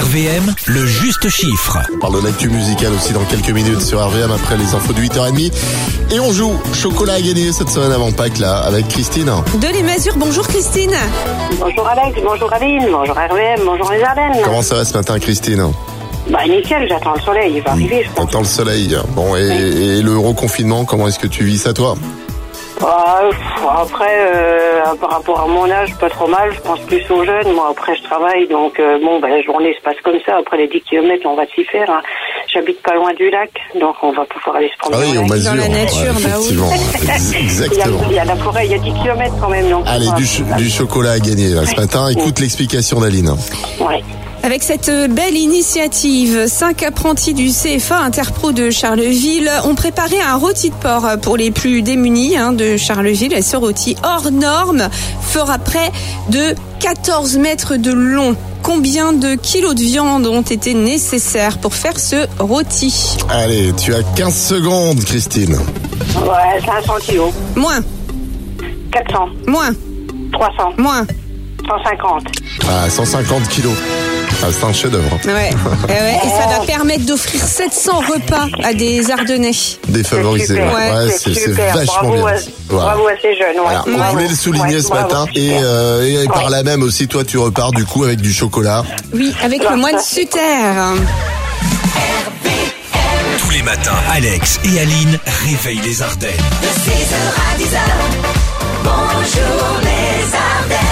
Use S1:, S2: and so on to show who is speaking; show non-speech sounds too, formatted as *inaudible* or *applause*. S1: RVM, le juste chiffre.
S2: On parle de l'actu musicale aussi dans quelques minutes sur RVM après les infos de 8h30. Et on joue chocolat à gagner cette semaine avant Pâques là avec Christine.
S3: De les mesures, bonjour Christine.
S4: Bonjour Alex, bonjour Aline, bonjour RVM, bonjour les Ardennes.
S2: Comment ça va ce matin Christine
S4: Bah nickel, j'attends le soleil, il va arriver je pense.
S2: T'entends le soleil. Bon et, et le reconfinement, comment est-ce que tu vis ça toi
S4: Ah, pff, après, euh, par rapport à mon âge, pas trop mal, je pense plus aux jeunes. Moi après je travaille, donc euh, bon, ben, la journée se passe comme ça. Après les 10 km, on va s'y faire. hein. J'habite pas loin du lac, donc on va pouvoir aller se
S2: Ah
S4: promener.
S2: oui,
S4: au
S2: on
S4: lac.
S2: mesure.
S3: dans la nature, bah oui.
S2: *laughs* effectivement, Ex-
S4: il, y a,
S2: exactement.
S4: il y a la forêt, il y a 10 km quand même. Donc
S2: Allez,
S4: on va-
S2: du, ch- du chocolat à gagner là, ce matin. Écoute l'explication d'Aline.
S4: Ouais.
S3: Avec cette belle initiative, cinq apprentis du CFA Interpro de Charleville ont préparé un rôti de porc pour les plus démunis hein, de Charleville. Et ce rôti hors norme fera près de 14 mètres de long. Combien de kilos de viande ont été nécessaires pour faire ce rôti
S2: Allez, tu as 15 secondes Christine.
S4: ouais, 500 kilos,
S3: Moins,
S4: 400,
S3: moins,
S4: 300,
S3: moins.
S4: 150.
S2: Ah, 150 kilos. Ah, c'est un chef-d'œuvre.
S3: Ouais. Eh ouais, Et ça va permettre d'offrir 700 repas à des Ardennais.
S2: Défavorisé.
S4: super,
S2: Ouais, c'est
S4: c'est
S2: c'est
S4: super.
S2: vachement
S4: bravo
S2: bien.
S4: À,
S2: Voilà.
S4: Bravo à ces jeunes. ouais.
S2: Voilà, on
S4: Bravo.
S2: voulait le souligner
S4: Ouais,
S2: ce
S4: bravo,
S2: matin et,
S4: super.
S2: euh, et par
S4: Ouais.
S2: là même aussi toi tu repars du coup avec du chocolat.
S3: Oui, avec le moine Suter.
S1: Tous les matins, Alex et Aline réveillent les Ardennes.
S5: De 6h à 10h, bonjour les Ardennes.